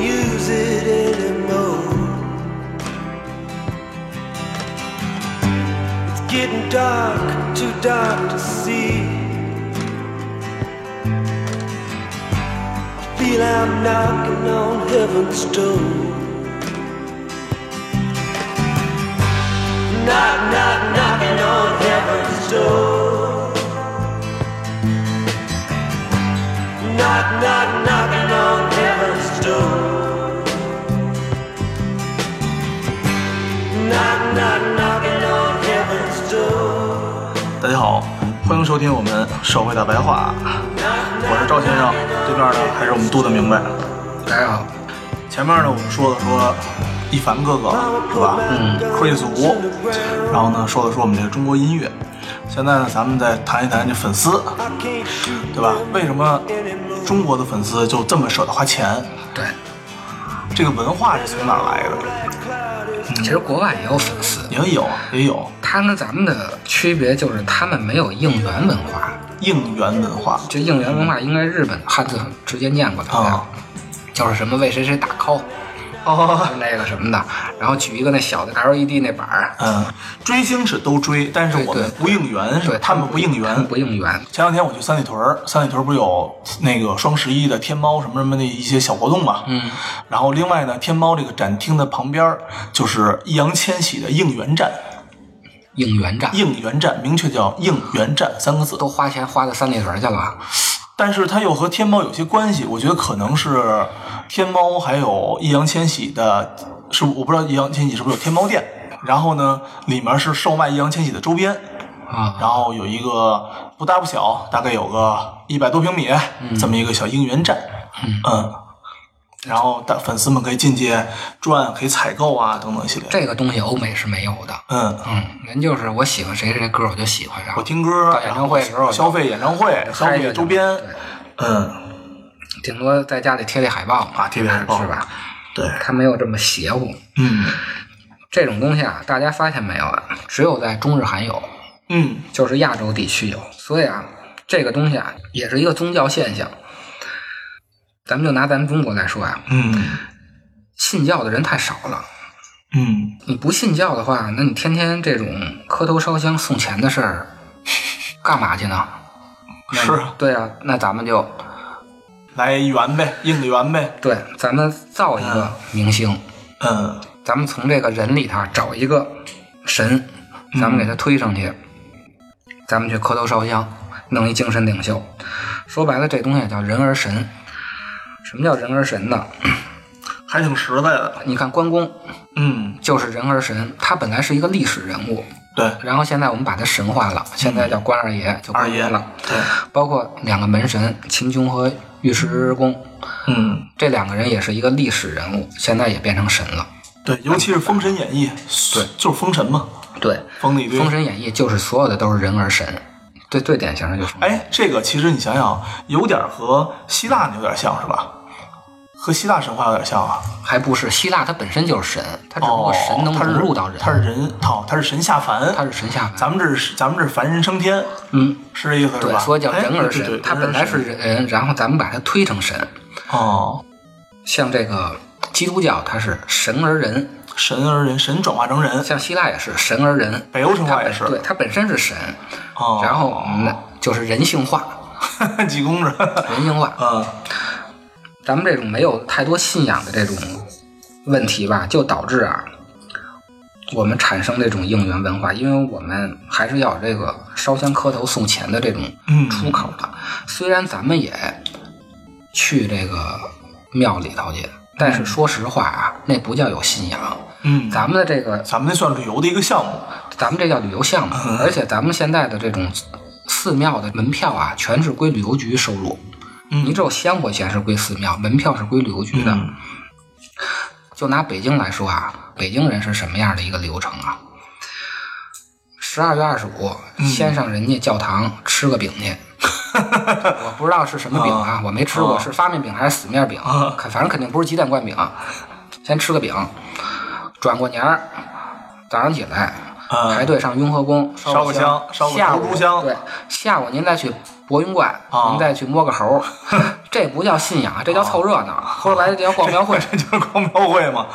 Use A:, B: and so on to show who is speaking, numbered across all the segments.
A: use it anymore. It's getting dark, too dark to see. I feel I'm knocking on heaven's door. Knock, knock, knocking on heaven's door. Knock, knock, knocking on heaven's door. Knock, knock, knocking on heaven's door.
B: 大家好，欢迎收听我们《社会大白话》，我是赵先生，对面呢还是我们度的明白。
C: 大家好，
B: 前面呢，我们说了说一凡哥哥是吧？嗯，Chris Wu，然后呢，说了说我们这个中国音乐。现在呢，咱们再谈一谈这粉丝，
A: I can't shoot
B: 对吧？为什么中国的粉丝就这么舍得花钱？
C: 对，
B: 这个文化是从哪儿来的？
C: 其实国外也有粉丝，
B: 也有，也有
C: 他跟咱们的区别就是他们没有应援文化，
B: 应援文化
C: 就应援文化应该日本汉字直接念过来的，
B: 啊
C: 就是什么为谁谁打 call，
B: 哦，
C: 那个什么的，然后举一个那小的 LED 那板儿，
B: 嗯，追星是都追，但是
C: 对
B: 我们
C: 对
B: 不应援，是吧
C: 对
B: 他们不应
C: 他们
B: 援。
C: 不应援，
B: 前两天我去三里屯儿，三里屯儿不是有那个双十一的天猫什么什么的一些小活动嘛？嗯。然后另外呢，天猫这个展厅的旁边儿就是易烊千玺的应援站，
C: 应援站
B: 应援站明确叫应援站三个字。
C: 都花钱花到三里屯去了，
B: 但是它又和天猫有些关系，我觉得可能是天猫还有易烊千玺的，是我不知道易烊千玺是不是有天猫店，然后呢，里面是售卖易烊千玺的周边，
C: 啊，
B: 然后有一个不大不小，大概有个一百多平米、这么一个小应援站，嗯。然后大粉丝们可以进去转，可以采购啊，等等一系列。
C: 这个东西欧美是没有的，
B: 嗯，
C: 嗯，人就是我喜欢谁谁歌我就喜欢，然
B: 我
C: 后
B: 听歌，
C: 到演唱会的时候
B: 然后消费演唱会，消
C: 嗨
B: 费
C: 着
B: 周边
C: 就，对
B: 嗯，
C: 顶多在家里贴贴海报嘛，
B: 啊贴贴海报
C: 是吧？
B: 对，
C: 它没有这么邪乎。
B: 嗯
C: 这种东西啊，大家发现没有啊？只有在中日韩有，
B: 嗯，
C: 就是亚洲地区有。所以啊，这个东西啊，也是一个宗教现象。咱们就拿咱们中国来说啊，
B: 嗯
C: 信教的人太少了。
B: 嗯，
C: 你不信教的话，那你天天这种磕头烧香送钱的事儿，干嘛去呢？那
B: 是啊
C: 对啊，那咱们就
B: 来圆呗，应个圆呗，
C: 对，咱们造一个明星，
B: 嗯
C: 咱们从这个人里头找一个神，咱们给他推上去，咱们去磕头烧香，弄一精神领袖。说白了，这东西叫人而神。什么叫人而神呢？
B: 还挺实在的，
C: 你看关公
B: 嗯，
C: 就是人而神，他本来是一个历史人物，
B: 对，
C: 然后现在我们把他神化了，现在叫关二爷，就
B: 二
C: 关
B: 爷
C: 公了。
B: 对，
C: 包括两个门神秦琼和尉迟恭，
B: 嗯
C: 这两个人也是一个历史人物，现在也变成神了。
B: 对，尤其是《封神演义》，对，就是封神嘛，
C: 对，
B: 封了一堆
C: 《封。神演义》就是所有的都是人而神，最最典型的就是。
B: 哎，这个其实你想想，有点和希腊有点像是吧？和希腊神话有点像啊。
C: 还不是希腊，它本身就是神，它只不
B: 哦
C: 过，神能
B: 他
C: 融
B: 是
C: 入到人，
B: 他是人，哦，他是神下凡，
C: 它是神下凡。
B: 咱们这是咱们这是凡人升天，
C: 嗯，
B: 是这意思是
C: 对，
B: 吧？
C: 所以叫人而
B: 哎对对
C: 神，
B: 对
C: 它本来是人，然后咱们把它推成神。
B: 哦，
C: 像这个基督教，它是神而人；
B: 神而人，神转化成人，
C: 像希腊也是神而人，
B: 北欧神话也
C: 它本
B: 是
C: 对，它本身是神，
B: 哦，
C: 然后那就是人性化，
B: 后 济公是，
C: 人性化。
B: 嗯
C: 咱们这种没有太多信仰的这种问题吧，就导致啊，我们产生这种应援文化，因为我们还是要有这个烧香磕头送钱的这种
B: 嗯
C: 出口的。虽然咱们也去这个庙里头去，但是说实话啊，那不叫有信仰。
B: 嗯，
C: 咱们的这个，
B: 咱们那算旅游的一个项目，
C: 咱们这叫旅游项目，而且咱们现在的这种寺庙的门票啊，全是归旅游局收入。
B: 嗯
C: 你只有香火钱是归寺庙，门票是归旅游局的。
B: 嗯
C: 就拿北京来说啊，北京人是什么样的一个流程啊？十二月二十五先上人家教堂吃个饼去。我不知道是什么饼啊，我没吃过，是发面饼还是死面饼？看反正肯定不是鸡蛋灌饼。先吃个饼，转过年儿早上起来
B: 啊
C: 排队上雍和宫烧
B: 烧个香烧个
C: 下
B: 头
C: 午
B: 炷香
C: 对，下午您再去博云观，
B: 啊
C: 您再去摸个猴 儿，这不叫信仰，啊这叫凑热闹。
B: 啊
C: 后来这叫逛庙会。
B: 这 就是光庙会嘛，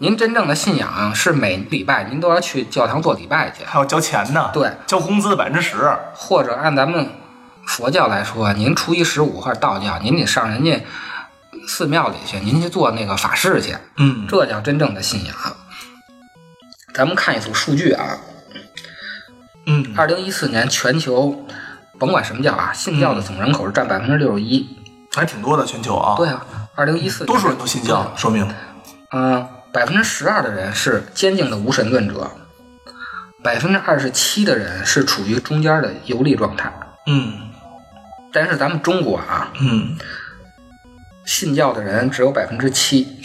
C: 您真正的信仰是每礼拜您都要去教堂做礼拜去，
B: 还要交钱呢，
C: 对，
B: 交工资的百分之十，
C: 或者按咱们佛教来说，您初一十五或者道教，您得上人家寺庙里去，您去做那个法事去，
B: 嗯
C: 这叫真正的信仰。咱们看一组数据啊，
B: 嗯，
C: 二零一四年全球甭管什么教啊，信教的总人口是占百分之六十一。
B: 还挺多的，全球啊，
C: 对啊，二零一四
B: 多数人都信教，说明
C: 嗯，百分之十二的人是坚定的无神论者，百分之二十七的人是处于中间的游历状态。
B: 嗯
C: 但是咱们中国啊，
B: 嗯
C: 信教的人只有百分之七，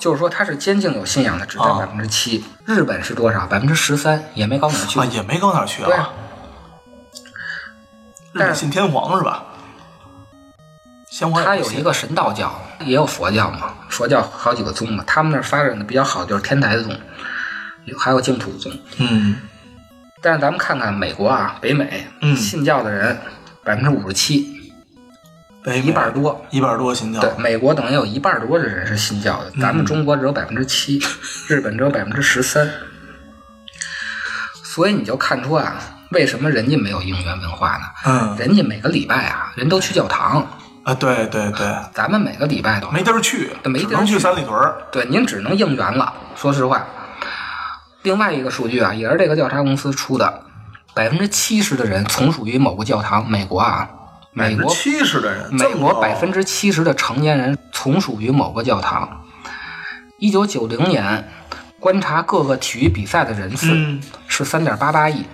C: 就是说他是坚定有信仰的只占百
B: 啊
C: 分之七。日本是多少？百分之十三，也没高哪儿去
B: 啊，。也没高哪儿去
C: 对啊
B: 啊，，日本信天皇是吧？香火也
C: 他
B: 不
C: 有
B: 信
C: 一个神道教，也有佛教嘛，佛教好几个宗嘛，他们那儿发展的比较好就是天台宗，有还有净土宗。
B: 嗯
C: 但是咱们看看美国啊，北美，
B: 嗯
C: 信教的人百分之五十七，
B: 北美
C: 一半儿多。
B: 一半儿多信教，
C: 对，美国等于有一半儿多的人是信教的，咱
B: 嗯
C: 们中国只有百分之七，日本只有百分之十三。所以你就看出啊，为什么人家没有应援文化呢？
B: 嗯
C: 人家每个礼拜啊，人都去教堂，
B: 啊，对对对，
C: 咱们每个礼拜都
B: 没地儿去，
C: 没地儿
B: 只能
C: 去
B: 去三里屯儿
C: 对，您只能应援了。说实话，另外一个数据啊，也是这个调查公司出的，百分之七十的人从属于某个教堂。美国啊，美国
B: 七十的人，
C: 美
B: 这么
C: 国
B: 高啊
C: 百分之七十的成年人从属于某个教堂。一九九零年，观察各个体育比赛的人次
B: 嗯
C: 是三点八八亿，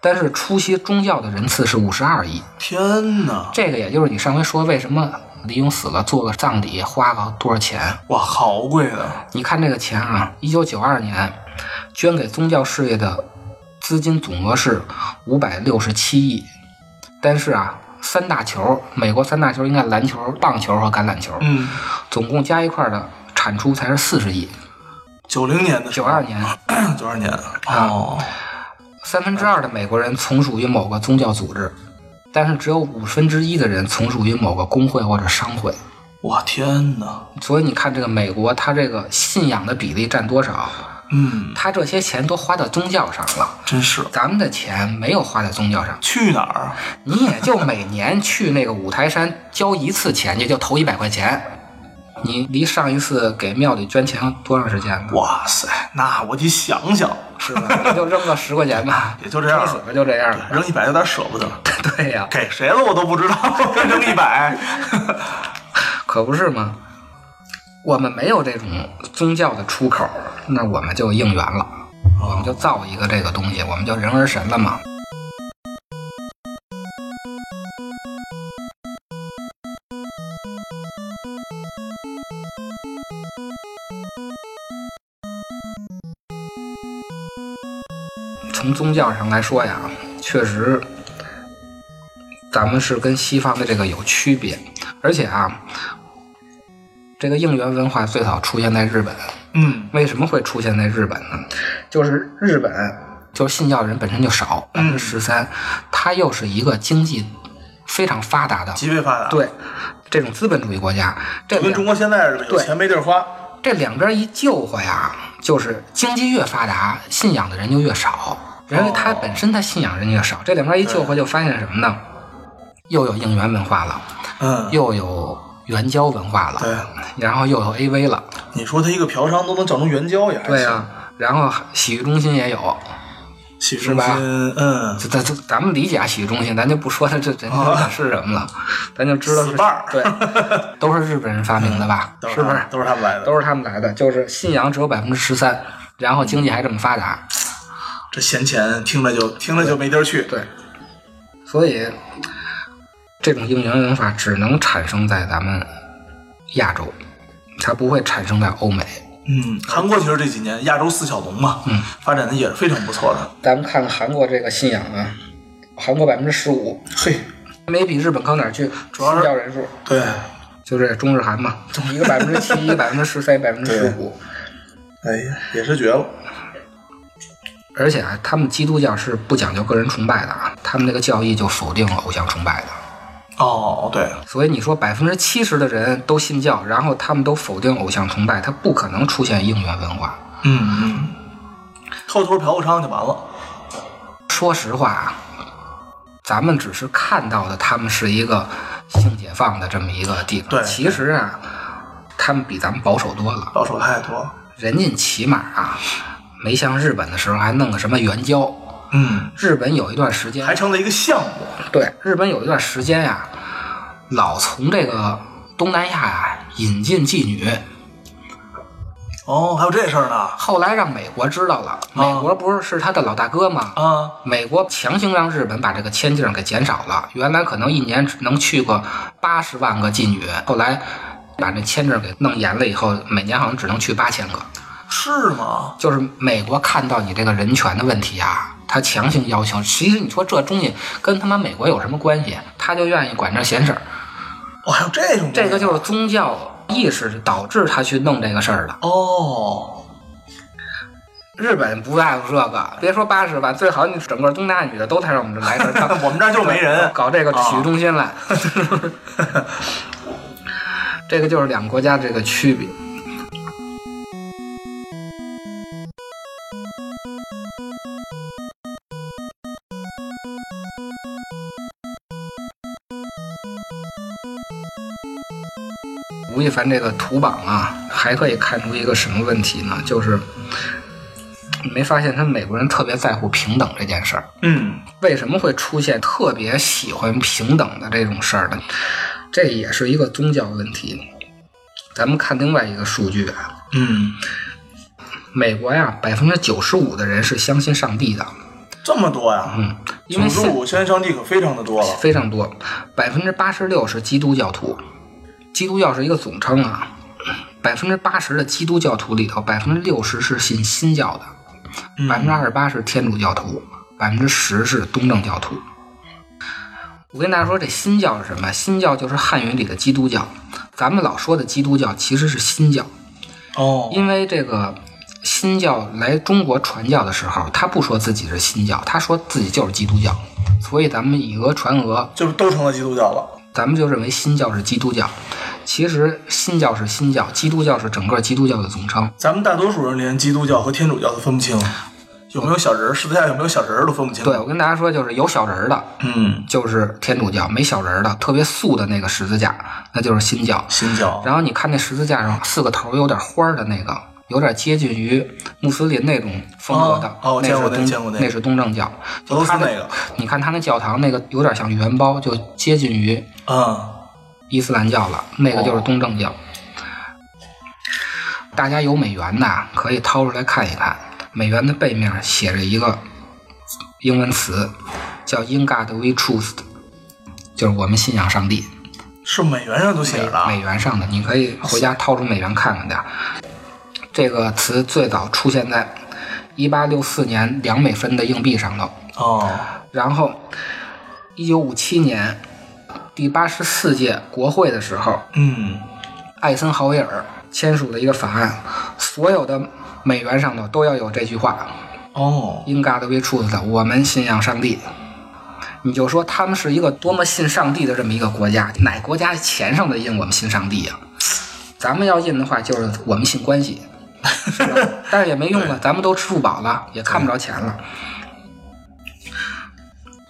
C: 但是出席宗教的人次是五十二亿。
B: 天哪，
C: 这个也就是你上回说为什么李勇死了做个葬礼花了多少钱？
B: 哇，好贵的，
C: 你看这个钱啊，一九九二年捐给宗教事业的资金总额是五百六十七亿，但是啊，三大球，美国三大球应该篮球、棒球和橄榄球，
B: 嗯，
C: 总共加一块儿的产出才是四十亿。
B: 九零年的时
C: 九
B: 候，
C: 二年，啊
B: 九二年，哦，
C: 三分之二的美国人从属于某个宗教组织，但是只有五分之一的人从属于某个工会或者商会。
B: 我天哪，
C: 所以你看，这个美国，它这个信仰的比例占多少？
B: 嗯，
C: 它这些钱都花到宗教上了。
B: 真是
C: 咱们的钱没有花在宗教上，
B: 去哪儿啊？
C: 你也就每年去那个五台山交一次钱，也就投一百块钱。你离上一次给庙里捐钱多长时间呢？
B: 哇塞，那我得想想，，
C: 是吧？也就扔个十块钱吧
B: 也就这样
C: 撑死了就这样了。
B: 扔一百有点舍不得，
C: 对呀、
B: 给谁了我都不知道， 扔一百，
C: 可不是吗？我们没有这种宗教的出口，那我们就应援了，我们就造一个这个东西，我们就人儿神了嘛。从宗教上来说呀，确实，咱们是跟西方的这个有区别，而且啊，这个应援文化最早出现在日本。
B: 嗯
C: 为什么会出现在日本呢？就是日本就是信教人本身就少，百分之十三，它又是一个经济非常发达的，
B: 极为发达，，
C: 对这种资本主义国家，这
B: 就跟
C: 两
B: 中国现在似的，有
C: 对
B: 钱没地儿花。
C: 这两边一救和呀，就是经济越发达，信仰的人就越少，因为他本身他信仰人就越少，这两边一救和就发现什么呢？又有应援文化了，
B: 嗯，
C: 又有援交文化了，
B: 对
C: 然后又有 AV 了，
B: 你说他一个嫖娼都能整成援交也还行，
C: 对啊呀、然后洗浴中心也有，
B: 洗浴
C: 是
B: 中
C: 吧
B: 心，嗯，
C: 咱咱咱们理解啊，洗浴中心，咱就不说它这人家是什么了，咱就知道是
B: 哦死伴儿 嗯
C: 对，都是日本人发明的吧？
B: 都
C: 是不
B: 他
C: 是
B: 们？都是他们来的，
C: 都是他们来的，就是信仰只有百分之十三，然后经济还这么发达，
B: 这闲钱听着就听着就没地儿去，
C: 对，所以这种应援文化只能产生在咱们亚洲，它不会产生在欧美。
B: 嗯，韩国其实这几年亚洲四小龙嘛，嗯，发展的也是非常不错的。
C: 咱们看看韩国这个信仰啊，韩国百分之十五，
B: 嘿，
C: 没比日本高哪儿去，主
B: 要是
C: 教人数
B: 对，
C: 就是中日韩嘛，一个百分之七，一个百分之十三，百分之十五。
B: 哎呀，也是绝了。
C: 而且啊，他们基督教是不讲究个人崇拜的啊，他们这个教义就否定了偶像崇拜的。
B: 哦，对，
C: 所以你说百分之七十的人都信教，然后他们都否定偶像崇拜，它不可能出现应援文化。
B: 嗯嗯，偷偷嫖个娼就完了。
C: 说实话啊，咱们只是看到的他们是一个性解放的这么一个地方，
B: 对
C: 其实啊，他们比咱们保守多了。
B: 老手太多。
C: 人家起码啊，没像日本的时候还弄个什么援交。
B: 嗯，
C: 日本有一段时间
B: 还成了一个项目。
C: 对，日本有一段时间呀、老从这个东南亚呀、引进妓女，
B: 哦，还有这事儿呢。
C: 后来让美国知道了，美国不是是他的老大哥吗？
B: 啊，
C: 美国强行让日本把这个签证给减少了，原来可能一年只能去个八十万个妓女，后来把那签证给弄严了以后，每年好像只能去八千个。
B: 是吗？
C: 就是美国看到你这个人权的问题啊，他强行要求。其实你说这东西跟他妈美国有什么关系？他就愿意管这闲事儿。
B: 哦，还有这种东西。
C: 这个就是宗教意识导致他去弄这个事儿的。
B: 哦，
C: 日本不在乎这个，别说八十万，最好你整个东大女的都带上我们这 来这儿当
B: 我们这儿就没 人
C: 搞这个体育中心来。 这个就是两个国家这个区别。吴亦凡这个图榜啊，还可以看出一个什么问题呢？就是你没发现他们美国人特别在乎平等这件事儿。
B: 嗯，
C: 为什么会出现特别喜欢平等的这种事儿呢？这也是一个宗教问题。咱们看另外一个数据啊，
B: 嗯，
C: 美国呀，百分之九十五的人是相信上帝的，
B: 这么多呀？嗯，
C: 因为
B: 九十
C: 现
B: 五宣上帝可非常的多了。
C: 非常多，百分之八十六是基督教徒。基督教是一个总称啊，百分之八十的基督教徒里头，百分之六十是信新教的，百分之二十八是天主教徒，百分之十是东正教徒。我跟大家说，这新教是什么？新教就是汉语里的基督教。咱们老说的基督教其实是新教，
B: 哦，
C: 因为这个新教来中国传教的时候，他不说自己是新教，他说自己就是基督教，所以咱们以讹传讹，
B: 就是都成了基督教了。
C: 咱们就认为新教是基督教。其实新教是新教，基督教是整个基督教的总称。
B: 咱们大多数人连基督教和天主教都分不清，有没有小人儿，十字架有没有小人儿都分不清。
C: 对，我跟大家说，就是有小人儿的，
B: 嗯，
C: 就是天主教；没小人儿的，特别素的那个十字架，那就是新教。
B: 新教。
C: 然后你看那十字架上四个头儿有点花儿的那个，有点接近于穆斯林那种风格的
B: 哦，哦我
C: 那
B: 见过
C: 是
B: 那个见过
C: 东
B: 那个
C: 那是东正教，
B: 俄罗
C: 就
B: 斯
C: 他
B: 那个，
C: 你看他那教堂那个有点像圆包，就接近于
B: 嗯，
C: 伊斯兰教了，那个就是东正教。大家有美元的可以掏出来看一看，美元的背面写着一个英文词，叫 “In God We Trust”，就是我们信仰上帝。
B: 是美元上都写着
C: 美
B: 的。啊
C: 元上的，你可以回家掏出美元看看去。这个词最早出现在一八六四年两美分的硬币上头，
B: 哦，
C: 然后一九五七年第八十四届国会的时候，
B: 嗯，
C: 艾森豪威尔签署了一个法案，所有的美元上头都要有这句话
B: 哦，
C: “In God We Trust”，我们信仰上帝。你就说他们是一个多么信上帝的这么一个国家，哪国家钱上的印我们信上帝呀、咱们要印的话，就是我们信关系，是吧？但是也没用了，咱们都支付宝了，也看不着钱了。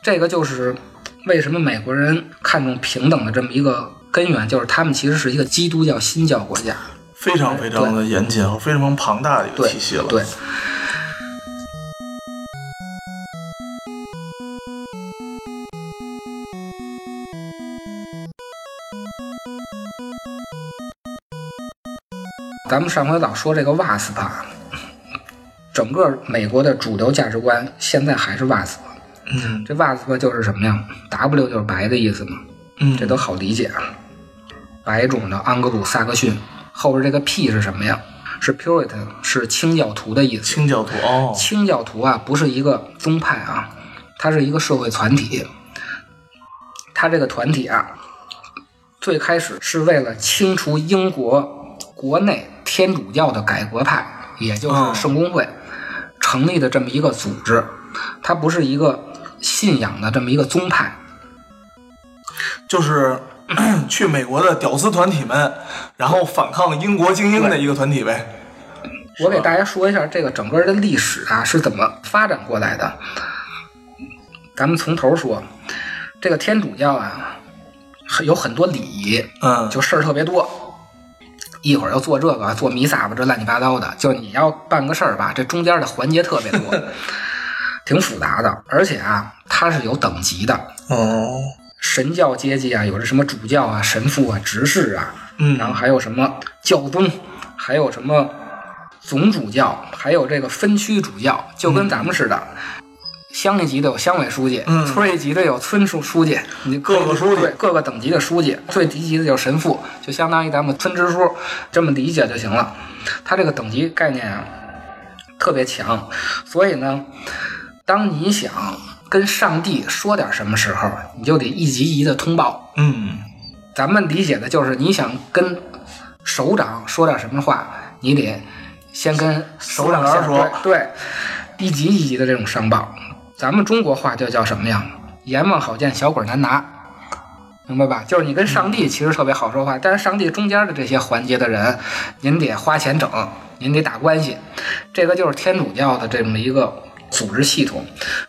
C: 这个就是为什么美国人看重平等的这么一个根源，就是他们其实是一个基督教新教国家。
B: 非常非常的严谨和非常庞大的一个
C: 对
B: 体系了。
C: 对，咱们上回老说这个 WASP，整个美国的主流价值观现在还是 WASP。
B: 嗯
C: 这 WASP 就是什么呀？W 就是白的意思嘛，
B: 嗯，
C: 这都好理解啊。白种的安格鲁萨克逊，后边这个 P 是什么呀？是 Puritan，是清教徒的意思。
B: 清教徒哦，
C: 清教徒啊，不是一个宗派啊，它是一个社会团体。它这个团体啊，最开始是为了清除英国国内天主教的改革派，也
B: 嗯
C: 就是圣公会，成立的这么一个组织。它不是一个信仰的这么一个宗派，
B: 就是 去美国的屌丝团体们，然后反抗英国精英的一个团体呗。
C: 我给大家说一下这个整个的历史啊是怎么发展过来的。咱们从头说，这个天主教啊很有很多礼仪，
B: 嗯，
C: 就事儿特别多。一会儿要做这个，做弥撒吧，这乱七八糟的。就你要办个事儿吧，这中间的环节特别多，挺复杂的。而且啊，它是有等级的，
B: 哦，
C: 神教阶级啊，有这什么主教啊、神父啊、执事啊，
B: 嗯
C: 然后还有什么教宗，还有什么总主教，还有这个分区主教，就跟咱们似的，乡里级的有乡委书记，
B: 嗯
C: 村里级的有村书书记，你各
B: 各个书记
C: 对各个等级的书记，最低级的有神父，就相当于咱们村支书，这么理解就行了。他这个等级概念啊，特别强，所以呢，当你想跟上帝说点什么时候，你就得一级一级的通报。
B: 嗯，
C: 咱们理解的就是，你想跟首长说点什么话，你得先跟首长
B: 首长说
C: 对，对一级一级的这种上报。咱们中国话就叫什么呀？阎王好见，小鬼难拿，明白吧？就是你跟上帝其实特别好说话，但是上帝中间的这些环节的人，您得花钱整，您得打关系，这个就是天主教的这么一个组织系统。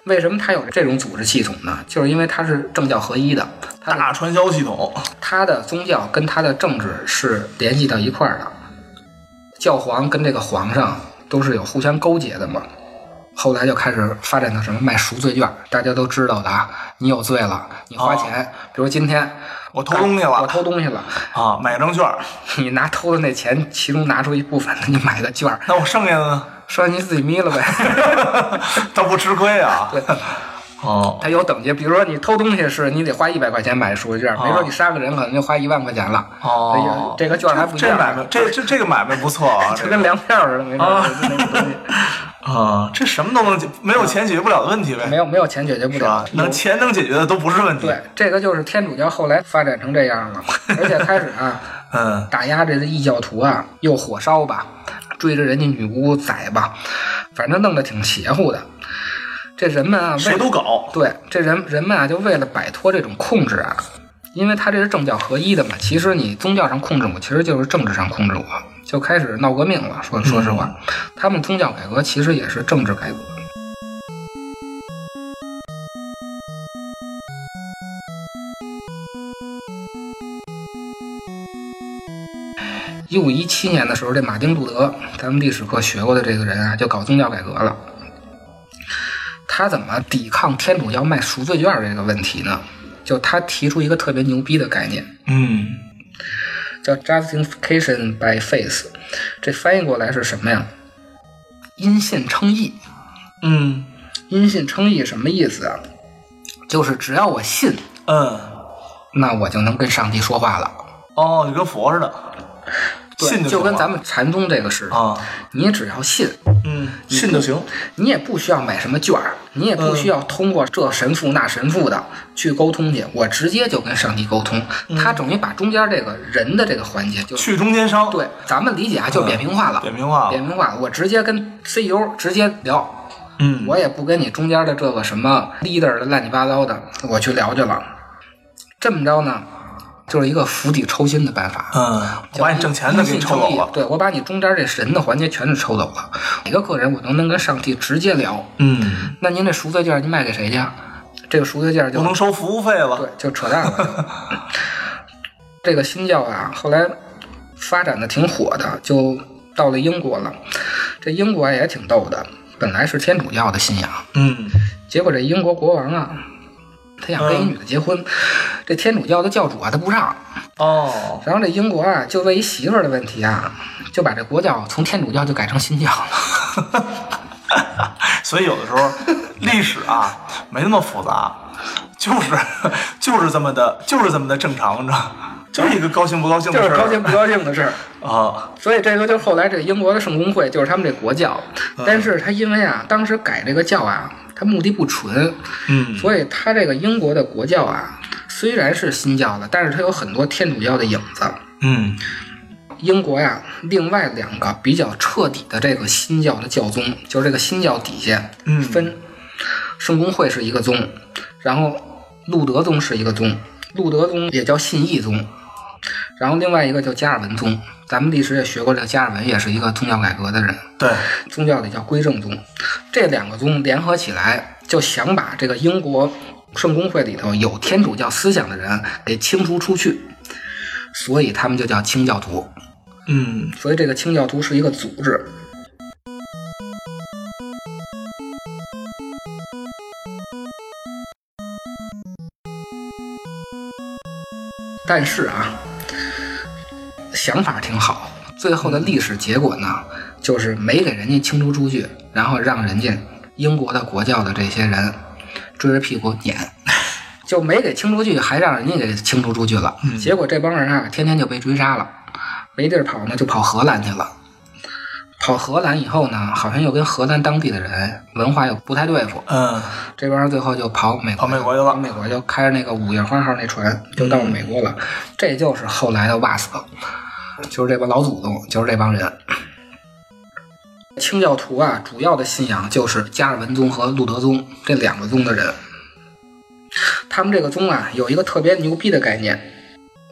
C: 为什么它有这种组织系统呢？就是因为它是政教合一的，它的
B: 大传销系统，
C: 他的宗教跟他的政治是联系到一块儿的，教皇跟这个皇上都是有互相勾结的嘛。后来就开始发展到什么卖赎罪券，大家都知道的啊。你有罪了，你花钱，比如今天
B: 我哦偷东西了
C: 我偷东西了，
B: 啊，买张券儿，
C: 你拿偷的那钱，其中拿出一部分，你买个券儿，
B: 那我剩下的呢？
C: 剩下你自己眯了呗。
B: 倒不吃亏啊。
C: 对，
B: 哦，
C: 它有等级，比如说你偷东西是你得花一百块钱买赎罪券，没准你杀个人可能就花一万块钱了。所
B: 哦
C: 以，这个券还不一
B: 这
C: 样。啊
B: 买卖，这这这个买卖不错 啊，
C: 就
B: 这
C: 跟
B: 个
C: 粮票似的，没
B: 啊
C: 法就那个东西，
B: 啊，这什么都能解，没有钱解决不了的问题呗，
C: 没有没有钱解决不
B: 是吧
C: 了？。
B: 能钱能解决的都不是问题。
C: 对，这个就是天主教后来发展成这样了，而且开始啊，
B: 嗯，
C: 打压这个异教徒啊，又火烧吧，追着人家女巫宰吧，反正弄得挺邪乎的。这人们啊，为
B: 谁都搞。
C: 对，这人人们啊，就为了摆脱这种控制啊，因为他这是政教合一的嘛。其实你宗教上控制我，其实就是政治上控制我，就开始闹革命了。说说实话，他们宗教改革其实也是政治改革。一五一七年的时候，这马丁·路德，咱们历史课学过的这个人啊，就搞宗教改革了。他怎么抵抗天主教卖赎罪券这个问题呢？就他提出一个特别牛逼的概念，
B: 嗯，
C: 叫 justification by faith，这翻译过来是什么呀？因信称义。
B: 嗯
C: 因信称义什么意思啊？就是只要我信，
B: 嗯，
C: 那我就能跟上帝说话了。
B: 哦，就跟佛似的，
C: 对
B: 信
C: 就
B: 行
C: 跟
B: 了
C: 咱们禅宗这个似的，
B: 啊，
C: 你只要信，
B: 嗯，信就行。
C: 你也不需要买什么券儿，你也不需要通过这神父那神父的去沟通去，我直接就跟上帝沟通。他等于把中间这个人的这个环节就
B: 嗯去中间商，
C: 对，咱们理解啊，就扁平化了，
B: 扁平化了
C: 扁平化了。我直接跟 CEO 直接聊，
B: 嗯，
C: 我也不跟你中间的这个什么 leader 的乱七八糟的，我去聊去了。这么着呢，就是一个釜底抽薪的办法。
B: 嗯， 我把你挣钱的给你抽走了。
C: 对，我把你中间这神的环节全是抽走了。每个个人我都能跟上帝直接聊。
B: 嗯，
C: 那您这赎罪券您卖给谁去啊？这个赎罪券就
B: 我能收服务费了。
C: 对，就扯淡了就。这个新教啊，后来发展的挺火的，就到了英国了。这英国也挺逗的，本来是天主教的信仰，
B: 嗯，
C: 结果这英国国王啊，他想跟一
B: 嗯
C: 女的结婚，这天主教的教主啊，他不让。
B: 哦，
C: 然后这英国啊，就为一媳妇儿的问题啊，就把这国教从天主教就改成新教了。
B: 所以有的时候历史啊没那么复杂，就是就是这么的，就是这么的正常着，
D: 就是一个高兴不高兴
C: 就
D: 的
C: 是
D: 事儿
C: 高 兴不高兴的事儿。
D: 啊，
C: 所以这个就是后来这英国的圣公会，就是他们这国教，但是他因为啊，当时改这个教啊，他目的不纯，
D: 嗯，
C: 所以他这个英国的国教啊，虽然是新教的，但是它有很多天主教的影子。
D: 嗯
C: 英国呀，另外两个比较彻底的这个新教的教宗，就是这个新教底下，
D: 嗯
C: 分圣公会是一个宗，然后路德宗是一个宗，路德宗也叫信义宗，然后另外一个叫加尔文宗。咱们历史也学过，这个加尔文也是一个宗教改革的人，
D: 对，
C: 宗教里叫归正宗。这两个宗联合起来，就想把这个英国圣公会里头有天主教思想的人给清除出去，所以他们就叫清教徒。
D: 嗯
C: 所以这个清教徒是一个组织。但是啊，想法挺好，最后的历史结果呢，就是没给人家清除出去，然后让人家英国的国教的这些人追着屁股撵， 就没给清除去，还让人家给清除出去了。结果这帮人啊，天天就被追杀了。没地儿跑呢，就跑荷兰去了。跑荷兰以后呢，好像又跟荷兰当地的人文化又不太对付，
D: 嗯
C: 这帮人最后就跑美
D: 跑
C: 国，
D: 美国去了
C: 跑美国就开着那个五月花号那船就到美国了。这就是后来的瓦斯，就是这帮老祖宗，就是这帮人。清教徒啊，主要的信仰就是加尔文宗和路德宗这两个宗的人。他们这个宗啊，有一个特别牛逼的概念，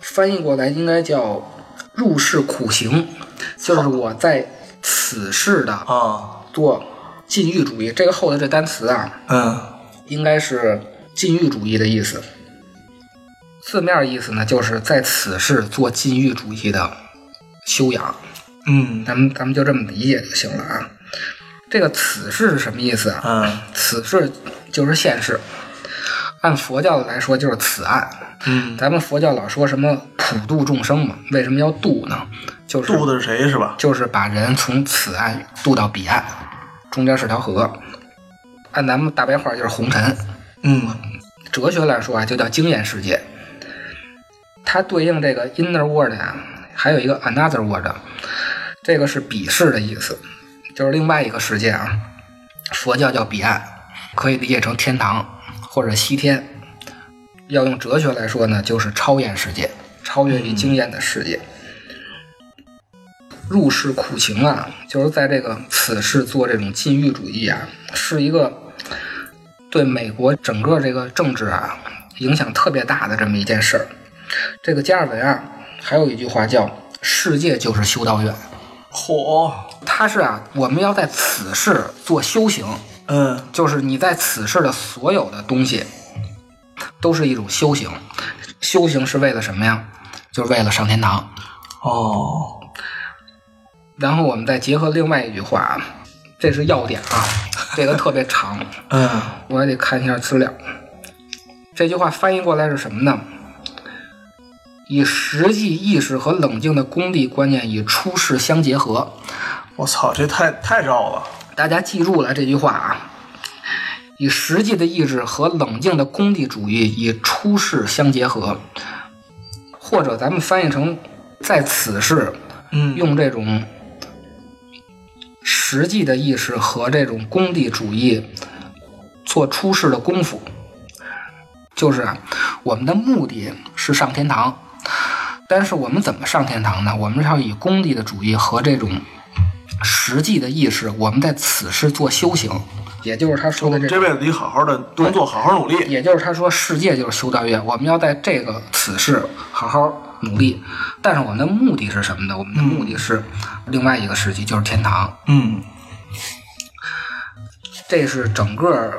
C: 翻译过来应该叫“入世苦行”，就是我在此世的
D: 啊
C: 做禁欲主义。这个后头这单词啊，
D: 嗯
C: 应该是禁欲主义的意思。字面意思呢，就是在此世做禁欲主义的修养。
D: 嗯
C: 咱们咱们就这么理解就行了啊。这个此世是什么意思啊？
D: 嗯
C: 此世就是现世，按佛教的来说就是此岸。
D: 嗯，
C: 咱们佛教老说什么普度众生嘛，为什么要度呢？就是
D: 渡的是谁是吧？
C: 就是把人从此岸渡到彼岸，中间是条河。按咱们大白话就是红尘。
D: 嗯
C: 哲学来说啊，就叫经验世界。它对应这个 inner world 啊，还有一个 another world，这个是鄙视的意思，就是另外一个世界啊。佛教叫彼岸，可以理解成天堂或者西天。要用哲学来说呢，就是超验世界，超越于经验的世界。入世苦行啊，就是在这个此世做这种禁欲主义啊，是一个对美国整个这个政治啊影响特别大的这么一件事儿。这个加尔文啊，还有一句话叫“世界就是修道院
D: 嚯”，
C: 他是啊，我们要在此世做修行，
D: 嗯
C: 就是你在此世的所有的东西都是一种修行。修行是为了什么呀？就是为了上天堂。
D: 哦
C: 然后我们再结合另外一句话，啊，这是要点啊，这个特别长。
D: 嗯
C: 我也得看一下资料。这句话翻译过来是什么呢？以实际意识和冷静的功利观念与出世相结合。
D: 我操，这太太绕了。
C: 大家记住了这句话啊！以实际的意志和冷静的功利主义与出世相结合，或者咱们翻译成在此世
D: 嗯
C: 用这种实际的意识和这种功利主义做出世的功夫，就是啊我们的目的是上天堂，但是我们怎么上天堂呢？我们是要以功利的主义和这种实际的意识，我们在此世做修行，也就是他说的这
D: 这辈子得好好的工作，好好努力。
C: 也就是他说，世界就是修道院，我们要在这个此世好好努力。但是我们的目的是什么呢？我们的目的是另外一个世界，就是天堂。
D: 嗯
C: 这是整个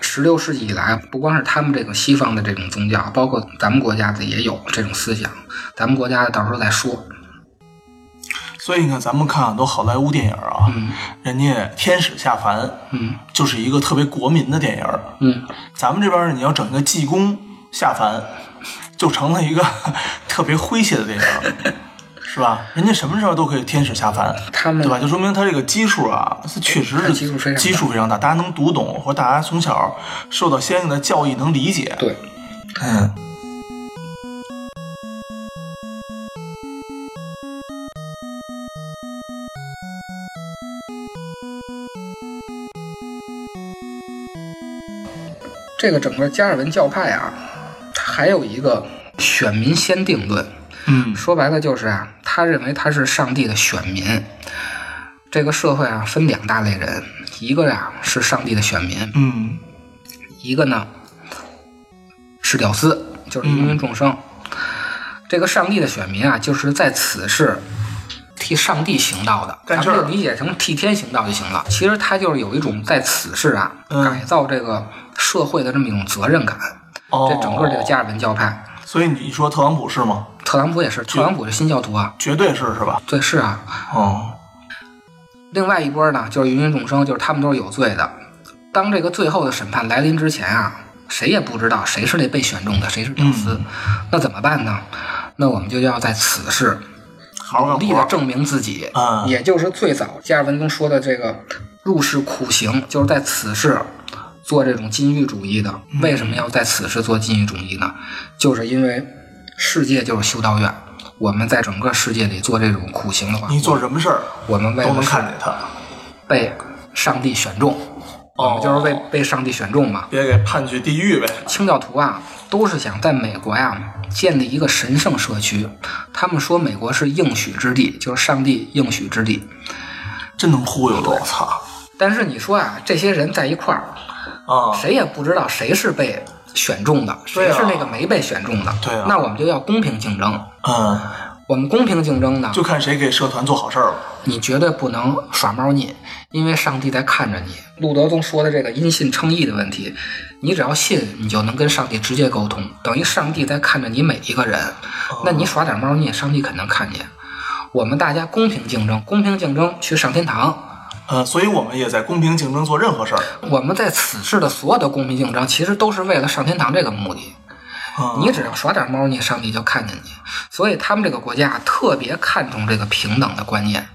C: 十六世纪以来，不光是他们这个西方的这种宗教，包括咱们国家的也有这种思想。咱们国家的到时候再说。
D: 所以你看，咱们看很多好莱坞电影啊，人家天使下凡，
C: 嗯，
D: 就是一个特别国民的电影。
C: 嗯，
D: 咱们这边儿你要整一个济公下凡，就成了一个 特别诙谐的电影，是吧？人家什么时候都可以天使下凡，
C: 他们
D: 对吧？就说明他这个基数啊，它确实
C: 它
D: 是
C: 嗯基数非常大
D: 基数非常大，大家能读懂，或者大家从小受到嗯相应的教育能理解。
C: 对，
D: 嗯
C: 这个整个加尔文教派啊，它还有一个选民先定论，
D: 嗯
C: 说白了就是啊，他认为他是上帝的选民。这个社会啊，分两大类人，一个呀、是上帝的选民，
D: 嗯
C: 一个呢是屌丝，就是芸
D: 嗯
C: 芸众生。这个上帝的选民啊，就是在此世替上帝行道的，
D: 干
C: 咱
D: 事儿
C: 们就理解成替天行道就行了。其实他就是有一种在此世啊、
D: 嗯
C: 改造这个社会的这么一种责任感。
D: 哦，
C: 这整个这个加尔文教派，
D: 所以你说特朗普是吗？
C: 特朗普也是，特朗普是新教徒啊，
D: 绝对是是吧？
C: 对，是啊，
D: 哦，
C: 另外一波呢，就是芸芸众生，就是他们都是有罪的。当这个最后的审判来临之前啊，谁也不知道谁是那被选中的，谁是屌丝，
D: 嗯
C: 那怎么办呢？那我们就要在此世
D: 好好
C: 努
D: 干
C: 力的
D: 活。
C: 证明自己，
D: 嗯
C: 也就是最早加尔文中说的这个入世苦行，就是在此世做这种禁欲主义的。
D: 嗯
C: 为什么要在此世做禁欲主义呢？就是因为世界就是修道院，我们在整个世界里做这种苦行的话，
D: 你做什么事儿
C: 啊我们为
D: 都
C: 了
D: 能
C: 世
D: 看见他，
C: 被上帝选中，我
D: 哦
C: 们就是被被上帝选中嘛。
D: 别给判去地狱呗。
C: 清教徒啊，都是想在美国呀建立一个神圣社区。他们说美国是应许之地，就是上帝应许之地。
D: 真能忽悠的，我操！
C: 但是你说啊，这些人在一块儿，
D: 啊，
C: 谁也不知道谁是被选中的，
D: 对
C: 谁
D: 啊
C: 是那个没被选中的。
D: 对啊
C: 那我们就要公平竞争。
D: 嗯，
C: 我们公平竞争呢，
D: 就看谁给社团做好事儿了。
C: 你绝对不能耍猫腻，因为上帝在看着你。路德宗说的这个因信称义的问题，你只要信，你就能跟上帝直接沟通，等于上帝在看着你每一个人。那你耍点猫腻，上帝肯定看见。我们大家公平竞争，公平竞争去上天堂。
D: 呃，所以我们也在公平竞争做任何事儿。
C: 我们在此世的所有的公平竞争，其实都是为了上天堂这个目的。
D: 嗯
B: 啊
C: 你只要耍点猫腻，上帝就看见你。所以他们这个国家啊特别看重这个平等的观念。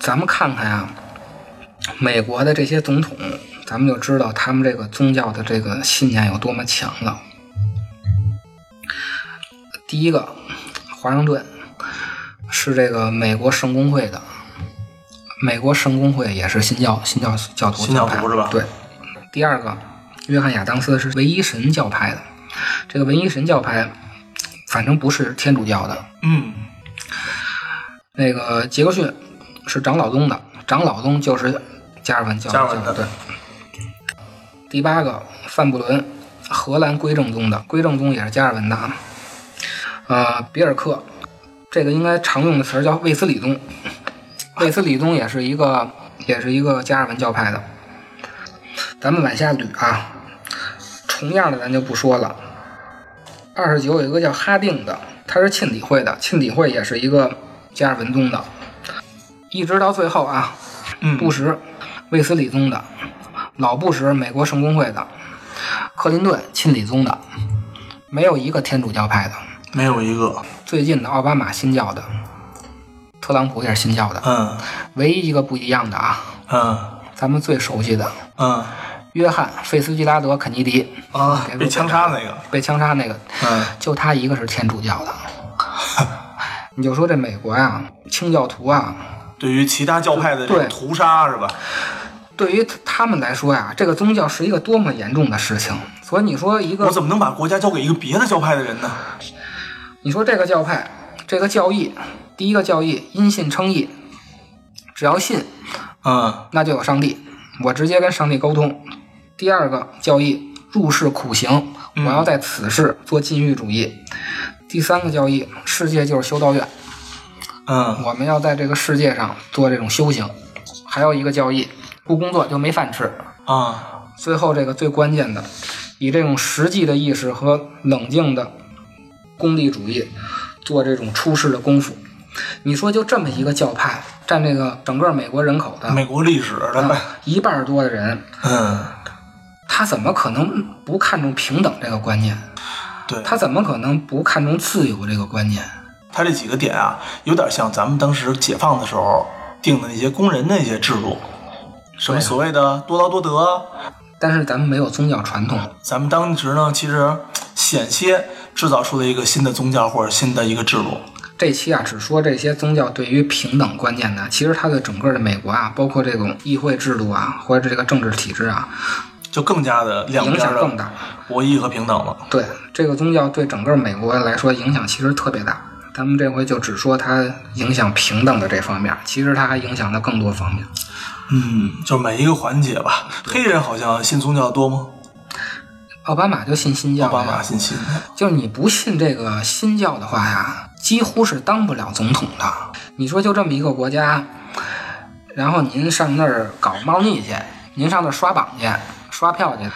C: 咱们看看啊呀、美国的这些总统，咱们就知道他们这个宗教的这个信念有多么强了。第一个，华盛顿是这个美国圣公会的，美国圣公会也是新教新教教徒
D: 新教徒
C: 教派
D: 是吧
C: 对。第二个，约翰亚当斯是唯一神教派的，这个唯一神教派，反正不是天主教的，
D: 嗯，
C: 那个杰克逊是长老宗的，长老宗就是加尔文教
D: 加尔文的
C: 对。第八个范布伦，荷兰归正宗的，归正宗也是加尔文的啊。呃，比尔克，这个应该常用的词儿叫卫斯理宗，卫斯理宗也是一个也是一个加尔文教派的。咱们往下捋啊，重样的咱就不说了。二十九有一个叫哈定的，他是沁底会的，沁底会也是一个加尔文宗的，一直到最后啊，
D: 嗯
C: 布什、卫斯理宗的，老布什美国圣公会的，克林顿沁底宗的，没有一个天主教派的。
D: 没有一个。
C: 最近的奥巴马新教的，特朗普也是新教的，
D: 嗯
C: 唯一一个不一样的啊，
D: 嗯
C: 咱们最熟悉的
D: 嗯
C: 约翰费斯基拉德肯尼迪
D: 啊
C: 给，
D: 被
C: 录
D: 枪杀那个。
C: 被枪杀那个，
D: 嗯
C: 就他一个是天主教的。 你就说这美国呀，清教徒啊，
D: 对于其他教派的这种
C: 对
D: 屠杀是吧？
C: 对于他们来说呀，这个宗教是一个多么严重的事情。所以你说一
D: 我
C: 个，
D: 怎么能把国家交给一个别的教派的人呢？
C: 你说这个教派，这个教义，第一个教义因信称义，只要信，
D: 嗯
C: 那就有上帝，我直接跟上帝沟通。第二个教义入世苦行，我要在此世做禁欲主义。第三个教义世界就是修道院，
D: 嗯
C: 我们要在这个世界上做这种修行。还有一个教义，不工作就没饭吃，
D: 啊
C: 最后这个最关键的，以这种实际的意识和冷静的功利主义做这种出世的功夫。你说就这么一个教派，占这个整个美国人口的
D: 美国历史的呗。
C: 一半儿多的人，
D: 嗯，
C: 他怎么可能不看重平等这个观念？
D: 对，
C: 他怎么可能不看重自由这个观念？
D: 他这几个点啊，有点像咱们当时解放的时候定的那些工人的一些制度，什
C: 啊
D: 么所谓的多劳多得，
C: 但是咱们没有宗教传统，
D: 咱们当时呢，其实险些
B: 制造出了一个新的宗教或者新的一个制度。
C: 这期啊，只说这些宗教对于平等观念的，其实它对整个的美国啊，包括这种议会制度啊，或者这个政治体制啊，
B: 就更加的两
C: 影
B: 边
C: 响更
B: 的
C: 大。
B: 博弈和平等了。
C: 对这个宗教对整个美国来说影响其实特别大。咱们这回就只说它影响平等的这方面，其实它还影响了更多方面。
B: 嗯，就是每一个环节吧。黑人好像信宗教多吗？
C: 奥巴马就信新教
B: 奥
C: 呀，
B: 巴马信信，
C: 就是你不信这个新教的话呀，几乎是当不了总统的。你说就这么一个国家，然后您上那儿搞猫腻去，您上那儿刷榜去、刷票去，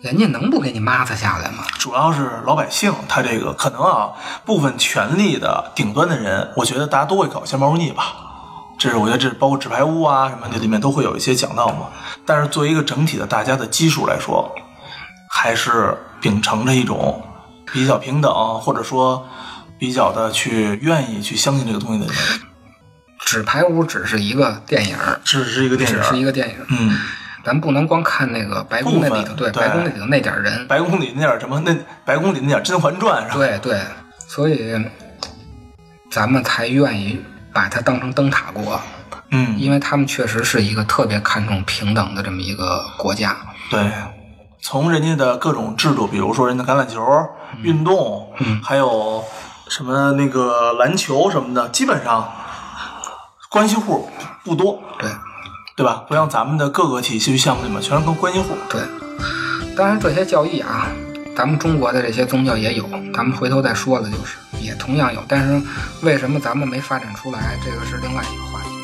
C: 人家能不给你抹擦下来吗？
B: 主要是老百姓，他这个可能啊，部分权力的顶端的人，我觉得大家都会搞一些猫腻吧。这是我觉得这包括纸牌屋啊什么的里面都会有一些讲到嘛。但是作为一个整体的大家的基数来说，还是秉承着一种比较平等，或者说比较的去愿意去相信这个东西的人，
C: 纸牌屋只是一个电影儿，
B: 只是一个电影
C: 只
B: 儿。
C: 是一个电影儿，
B: 嗯，
C: 咱不能光看那个白宫那里头，
B: 部分
C: 对，
B: 对
C: 白宫那里头那点儿人，
B: 白宫里那点儿什么，那白宫里那点儿《甄嬛传》是吧？
C: 对对，所以咱们才愿意把它当成灯塔国。
B: 嗯，
C: 因为他们确实是一个特别看重平等的这么一个国家。
B: 对，从人家的各种制度，比如说人家橄榄球、运动，还有什么那个篮球什么的，基本上关系户不多，
C: 对
B: 对吧？不像咱们的各个体系项目里面全是跟关系户。
C: 对，当然这些教义啊，咱们中国的这些宗教也有，咱们回头再说了，就是也同样有，但是为什么咱们没发展出来，这个是另外一个话题。